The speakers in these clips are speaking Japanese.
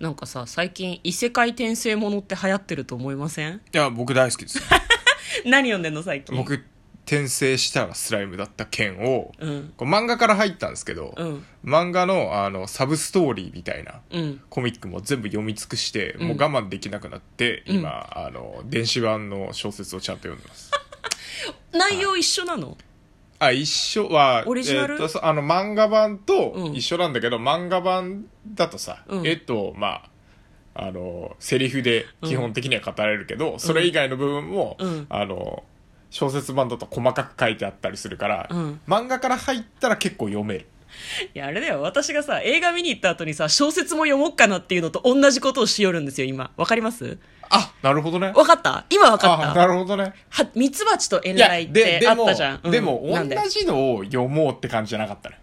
なんかさ最近異世界転生ものって流行ってると思いません いや僕大好きですよ何読んでんの最近僕転生したらスライムだった件を、うんこう漫画から入ったんですけど、うん漫画のあのサブストーリーみたいなうんコミックも全部読み尽くして、んもう我慢できなくなってうん今、あの電子版の小説をちゃんと読んでます内容一緒なのあ一緒はオリジナルえーとそうあの漫画版うとん一緒なんだけど、漫画版だとさ、うん絵とまああのセリフで基本的には語られるけど、それ以外の部分も、うんあの小説版だと細かく書いてあったりするから、うん漫画から入ったら結構読めるいやあれだよ私がさ映画見に行った後にさ小説も読もうかなっていうのと同じことをしよるんですよ今わかりますあなるほどねわかった今わかあっなたるほどねはミツバチとエンライってあったじゃんでも,、うんなんででも同じのを読もうって感じじゃなかったね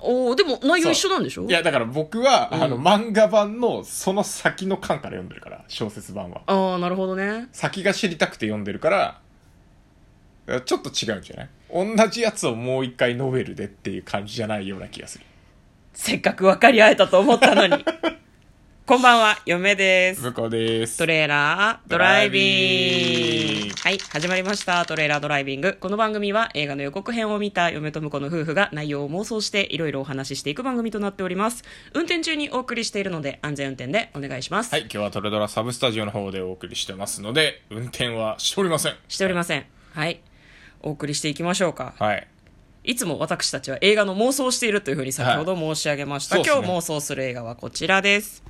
おーでも内容一緒なんでしょいやだから僕は、うんあの漫画版のその先の巻から読んでるから小説版はああなるほどね先が知りたくて読んでるからちょっと違うんじゃない同じやつをもう一回ノベルでっていう感じじゃないような気がするせっかく分かり合えたと思った のにこんばんは嫁です向こうですトレーラードライビングドライビングはい始まりましたトレーラードライビングこの番組は映画の予告編を見た嫁と婿の夫婦が内容を妄想していろいろお話ししていく番組となっております運転中にお送りしているので安全運転でお願いします、はい今日はトレドラサブスタジオの方でお送りしてますので運転はしておりませんしておりませんはいお送りしていきましょうかはいいつも私たちは映画の妄想をしているというふうに先ほど申し上げました、はいそ今うです日ね妄想する映画はこちらです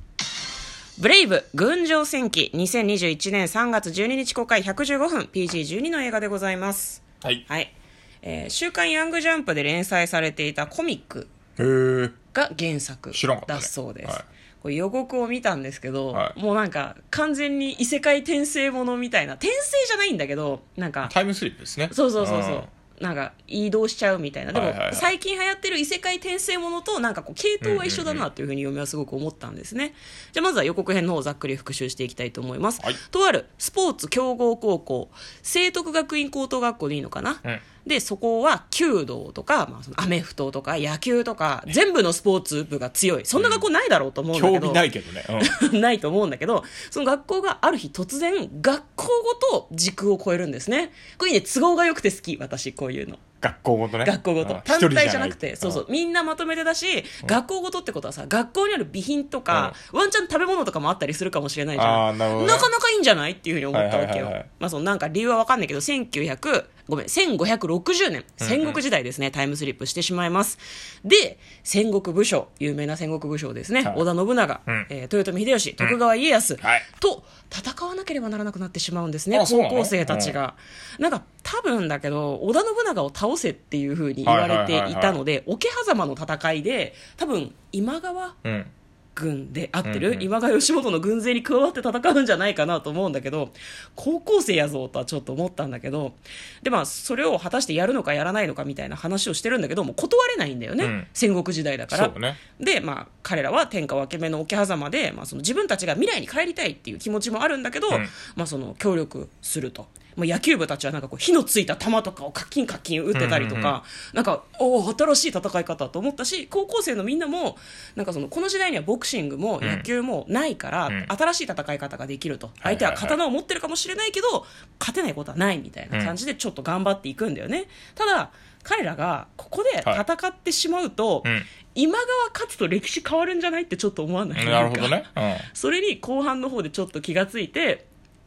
ブレイブ群青戦記2021年3月12日公開115分 PG12 の映画でございますはいはい、えー週刊ヤングジャンプで連載されていたコミックへーが原作知らんかったねだそうです、はいこれ予告を見たんですけど、はいもうなんか完全に異世界転生ものみたいな転生じゃないんだけどなんかタイムスリップですねそうそうそうそんうなんか移動しちゃうみたいなでも、はいはいはい最近流行ってる異世界転生ものとなんかこう系統は一緒だなというふうに嫁はすごく思ったんですね、じゃあまずは予告編の方をざっくり復習していきたいと思います、はいとあるスポーツ強豪高校聖徳学院高等学校でいいのかな、うんでそこは弓道とか、まあ、そのアメフトとか野球とか全部のスポーツ部が強いそんな学校ないだろうと思うんだけど、興味ないけどね、う んないと思うんだけどその学校がある日突然学校ごと時空を超えるんですねこれね都合が良くて好き私こういうの学校ごとね学校ごうとん単一人体じゃなくてそうそううみんなまとめてだし学校ごとってことはさ学校にある備品とかワンチャン食べ物とかもあったりするかもしれないじゃあーんなるほどねなかなかいいんじゃないっていうふうに思ったわはけいはいよはいはいまあそのなんか理由は分かんないけど1900ごめん1560年戦国時代ですねタイムスリップしてしまいますで戦国武将有名な戦国武将ですねはい織田信長うんえー豊臣秀吉徳川家康はいと戦わなければならなくなってしまうんですねあそう高なの校生たちが。なんか多分だけど織田信長を倒せっていう風に言われていたので桶狭間の戦いで多分今川んうん軍で合ってる、うんうん今川義元の軍勢に加わって戦うんじゃないかなと思うんだけど高校生やぞとはちょっと思ったんだけどでまあそれを果たしてやるのかやらないのかみたいな話をしてるんだけどもう断れないんだよね、うん戦国時代だからそう。ねで、まあ、彼らは天下分け目の桶狭間で、まあ、その自分たちが未来に帰りたいっていう気持ちもあるんだけど、うんまあ、その協力すると。まあ、野球部たちはなんかこう火のついた球とかをカッキンカッキン打ってたりとか、うんうんうなんかおお新しい戦い方と思ったし高校生のみんなもなんかそのこの時代にはボクシングもうん野球もないから、うん新しい戦い方ができると、はいはいはい相手は刀を持ってるかもしれないけど勝てないことはないみたいな感じでちょっと頑張っていくんだよね、ただ彼らがここで戦ってしまうと、うん今川勝つと歴史変わるんじゃないってちょっと思わないなるほどなんねか、うんそれに後半の方でちょっと気がついて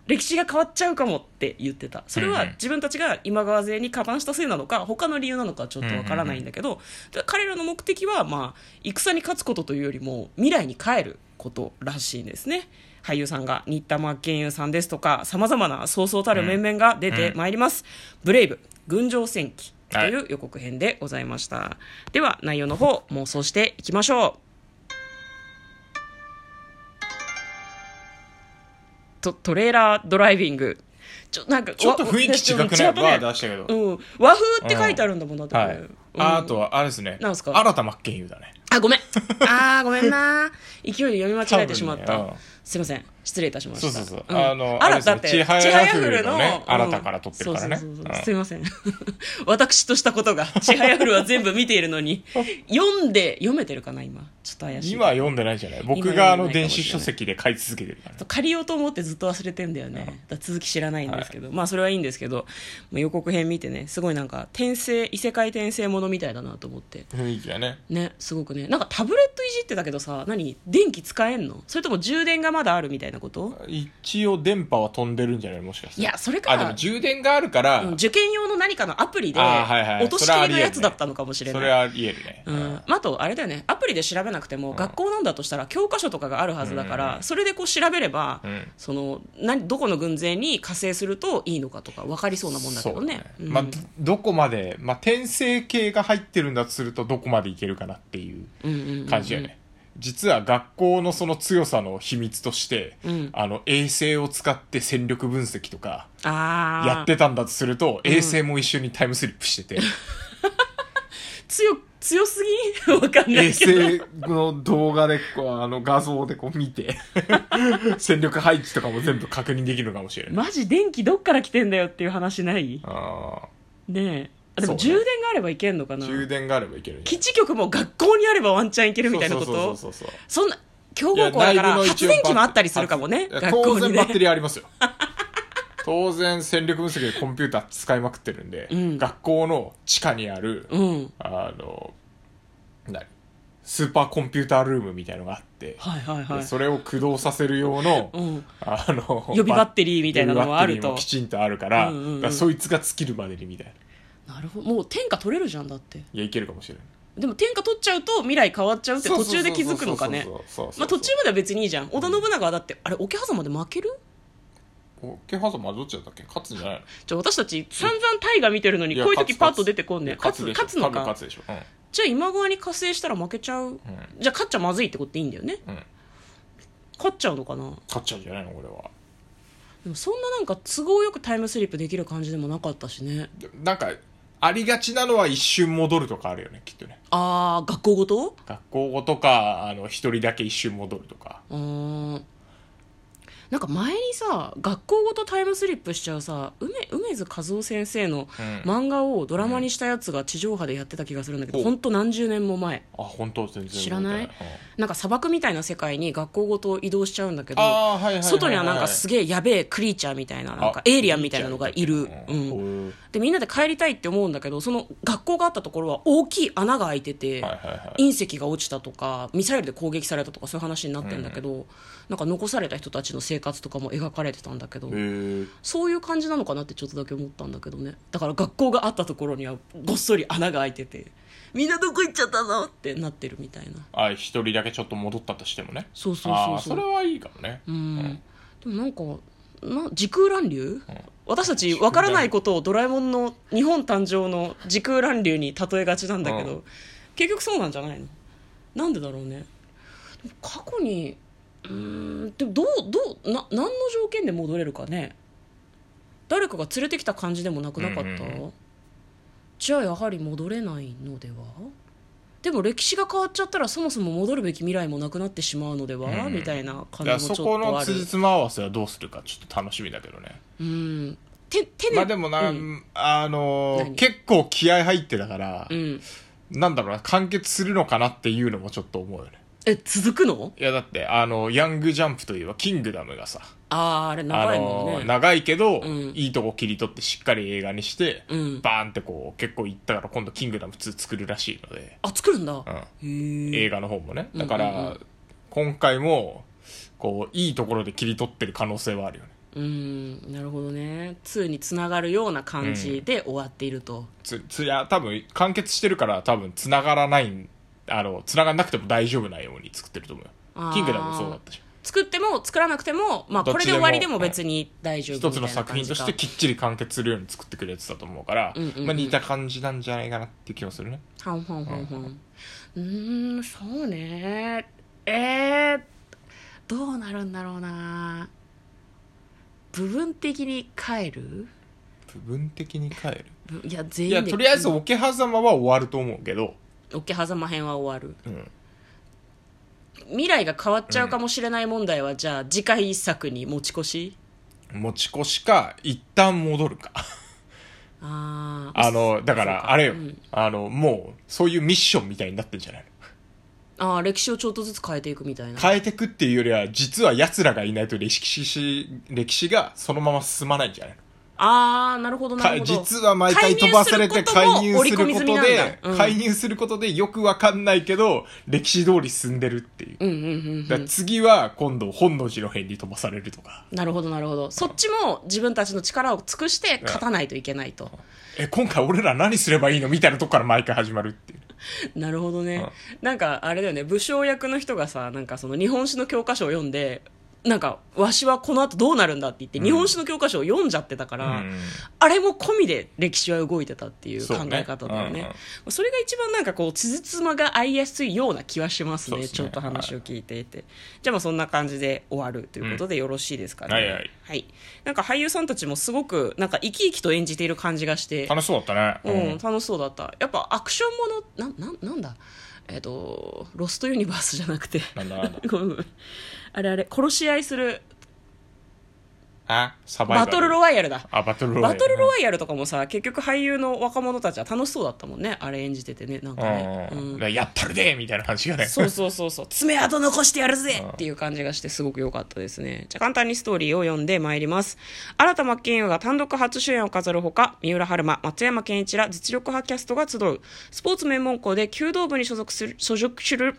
歴史が変わっちゃうかもって言ってたそれうんうはん自分たちが今川勢に加担したせいなのか他の理由なのかはちょっとわからないんだけど、で彼らの目的は、まあ、戦に勝つことというよりも未来に帰ることらしいんですね俳優さんが新田真剣佑さんですとかさまざまなそうそうたる面々が出てまいります「ブレイブ群青戦記」という予告編でございました、では内容の方妄想していきましょうとトレーラードライビングちょなんかちょっと雰囲気違くないバわー出したけどうん、和風って書いてあるんだもんな、だってはいこれ、うんああとはあれですねなんすか新田真剣佑だね あごめんあーごめんな勢いで読み間違えてしまっ多分たねうんすいません失礼いたしましたそうそうそうああのああれらですねだってちはやふるのねちはやふる新たから撮ってるからねそうそうそううんすいません 私としたことがちはやふるは全部見ているの に読んで読めてるかな今ちょっと怪しい今は読んでないんじゃない僕今がはあ読んのでないかも電しれない子書籍で買い続けてるからね借りようと思ってずっと忘れてんだよね、だから続き知らないんですけど、まあそれはいいんですけどもう予告編見てねすごいなんか転生異世界転生ものみたいだなと思って雰囲気がねねすごくねなんかタブレットいじってたけどさ何電気使えんのそれとも充電がまだあるみたいなこと一応電波は飛んでるんじゃないもしかしていいやそれかあでも充電があるから、うん受験用の何かのアプリであーはいはい落としきそれはありりえのるねやつだったのかもしれそないれは言えるね、うんまあ、あとあれだよねアプリで調べなくても、学校なんだとしたら教科書とかがあるはずだから、それでこう調べれば、んその何どこの軍勢に加勢するといいのかとか分かりそうなもんだけどねそううんまあ、どどこまで、まあ、転生系が入ってるんだとするとどこまでいけるかなっていううんうんうん感じだよね、実は学校のその強さの秘密として、んあの衛星を使って戦力分析とかああやってたんだとすると衛星も一緒にタイムスリップし てて、強強すぎ わかんな衛いけど星の動画でこうあの画像でこう見て 戦力配置とかも全部確認できるのかもしれない、マジ電気どっから来てんだよっていう話ないあねえあでもそう充ね電があればいけんのかーな充電があればいけるんじ基地局も学校にあればワンチャンいけるゃみなたいいなことそうそうそうそそうそうんな強豪校だから発電機もあったりするかもねいや学当校に然バッテねリーありますよ当然戦力分析でコンピューター使いまくってるんで、うん学校の地下にある、うんあの何スーパーコンピュータールームみたいのがあって、はいはいはいでそれを駆動させる用の、うんあの予備バッテリーみみたいなのもあるときちんとあるから,、うんうんうんだからそいつが尽きるまでにみたいななるほどもう天下取れるじゃんだっていやいけるかもしれないでも天下取っちゃうと未来変わっちゃうって途中で気づくのかねそうそうそうそうまあ途中までは別にいいじゃん織田信長はだってあれ桶狭間で負けるおケハザマどっちだったっけ勝つんじゃないのじゃあ私たち散々大河見てるのにいやこういう時勝つパッと出てこんね勝つ勝つでしょ勝つの多分か勝つでしょ、うんじゃあ今川に加勢したら負けちゃううんじゃあ勝っちゃまずいってことでいいんだよねうん、勝っちゃうのかな勝っちゃうんじゃないのこれはでもそんななんか都合よくタイムスリップできる感じでもなかったしねでなんかありがちなのは一瞬戻るとかあるよねきっとねああ学校ごと学校後とかあの一人だけ一瞬戻るとかうーんなんか前にさ学校ごとタイムスリップしちゃうさ梅梅津和夫先生のうん漫画をドラマにしたやつが地上波でやってた気がするんだけど、ほうほんと何十年も前あ本当全然知らない覚えてうんなんか砂漠みたいな世界に学校ごと移動しちゃうんだけどあーはいはいはいはい外にはなんかすげえやべえクリーチャーみたいななんかあエイリアンみたいなのがいる、う、エイリアンみたいなうんんでみんなで帰りたいって思うんだけどその学校があったところは大きい穴が開いてて、はいはいはい隕石が落ちたとかミサイルで攻撃されたとかそういう話になってんだけど、なんか残された人たちの生活とかも描かれてたんだけど、へーそういう感じなのかなってちょっとだけ思ったんだけどねだから学校があったところにはごっそり穴が開いててみんなどこ行っちゃったのってなってるみたいなあ一人だけちょっと戻ったとしてもねそうそうあそあうーそそうれはいいかもねうんでもなんかな時空乱流、私たちわからないことをドラえもんの日本誕生の時空乱流に例えがちなんだけど、う結局そうなんじゃないのなんでだろうねでも過去にうーんでもどうどうな何の条件で戻れるかね誰かが連れてきた感じでもなくなかった、うんうんうじゃあやはり戻れないのではでも歴史が変わっちゃったらそもそも戻るべき未来もなくなってしまうのでは、うんうんみたいなだ感かじらもちょそっことのある辻褄合わせはどうするかちょっと楽しみだけどねうん手手で、まあでもな、うんあのー何結構気合入ってたから、うんなんだろうな完結するのかなっていうのもちょっと思うよねえ続くのいやだってあのヤングジャンプといえばキングダムがさあああれ長いもんあね、の長いけど、うんいいとこ切り取ってしっかり映画にして、うんバーンってこう結構いったから今度「キングダム2」作るらしいので、あ作るんだ、うんへ映え画の方もねだから、うんうんうん今回もこういいところで切り取ってる可能性はあるよねうんなるほどね2につながるような感じで終わっていると、つついや多分完結してるから多分繋がらないんあの繋がんなくても大丈夫なように作ってると思うあーよキングダムもそうだったし作っても作らなくても、まあ、どっこちれででも終わりでも別に大丈夫一みつたいのな作感品じかとしてきっちり完結するように作ってくるやつだと思うから、うんうんうんまあ、似た感じなんじゃないかなって気がするねはんはんはんはんうーんそうねえー、どうなるんだろうな部分的に帰る部分的に変えるぶいや全員いでやとりあえず桶狭間は終わると思うけど、桶狭間編は終わるうん、未来が変わっちゃうかもしれない問題は、じゃあ次回作に持ち越し持ち越しか一旦戻るかあーあのだかそうらあれよ、うんあのもうそういうミッションみたいになってんじゃないのあー歴史をちょっとずつ変えていくみたいな変えてくっていうよりは実は奴らがいないと歴史歴史がそのまま進まないんじゃないのああなるほどなかるほど実は毎回飛ばされて介入することも織り込み済みなんで、だうん介入することでよくわかんないけど歴史通り進んでるっていう、うんうんうんだから次は今度本能寺の変に飛ばされるとかなるほどなるほどそっちも自分たちの力を尽くして勝たないといけないと、え今回俺ら何すればいいのみたいなとこから毎回始まるっていうなるほどね、なんかあれだよね武将役の人がさなんかその日本史の教科書を読んでなんかわしはこの後どうなるんだって言って、日本史の教科書を読んじゃってたから、うんあれも込みで歴史は動いてたっていう考そうねえ方だよねうんうんそれが一番なんかこうつじつまが合いやすいような気はしますそうねですねちょっと話を聞いていて、じゃあまあそんな感じで終わるということでよろしいですかね、はいはいなんか俳優さんたちもすごくなんか生き生きと演じている感じがして楽しそうだったうね、ん、楽しそうだったやっぱアクションものなんなんなんだえっ、とロストユニバースじゃなくてなんだなんだ ごめんごめんあれあれ殺し合いするあサバイババルトルロワイヤルだあバトルロワイバヤルトルロワイヤルとかもさ結局俳優の若者たちは楽しそうだったもんねあれ演じててねなんかね、うんうんうんだからやったるでみたいな話がねそうそうそうそう爪痕残してやるぜっていう感じがしてすごく良かったですねじゃあ簡単にストーリーを読んでまいります新田真剣佑が単独初主演を飾るほか三浦春馬松山ケンイ一ら実力派キャストが集うスポーツ名門校で弓道部に所属する所属する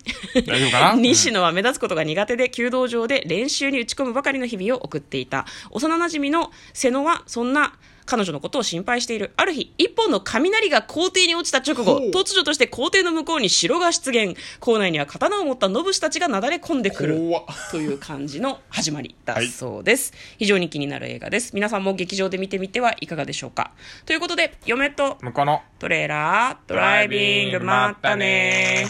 大丈夫かな 西野は目立つことが苦手で弓道場で練習に打ち込むばかりの日々を送っていた幼なじみの瀬野はそんな彼女のことを心配しているある日一本の雷が校庭に落ちた直後ほう突如として校庭の向こうに城が出現校内には刀を持ったノブシたちがなだれ込んでくる怖っという感じの始まりだそうです、非常に気になる映画です皆さんも劇場で見てみてはいかがでしょうかということで嫁と向こうのトレーラードライビングまったね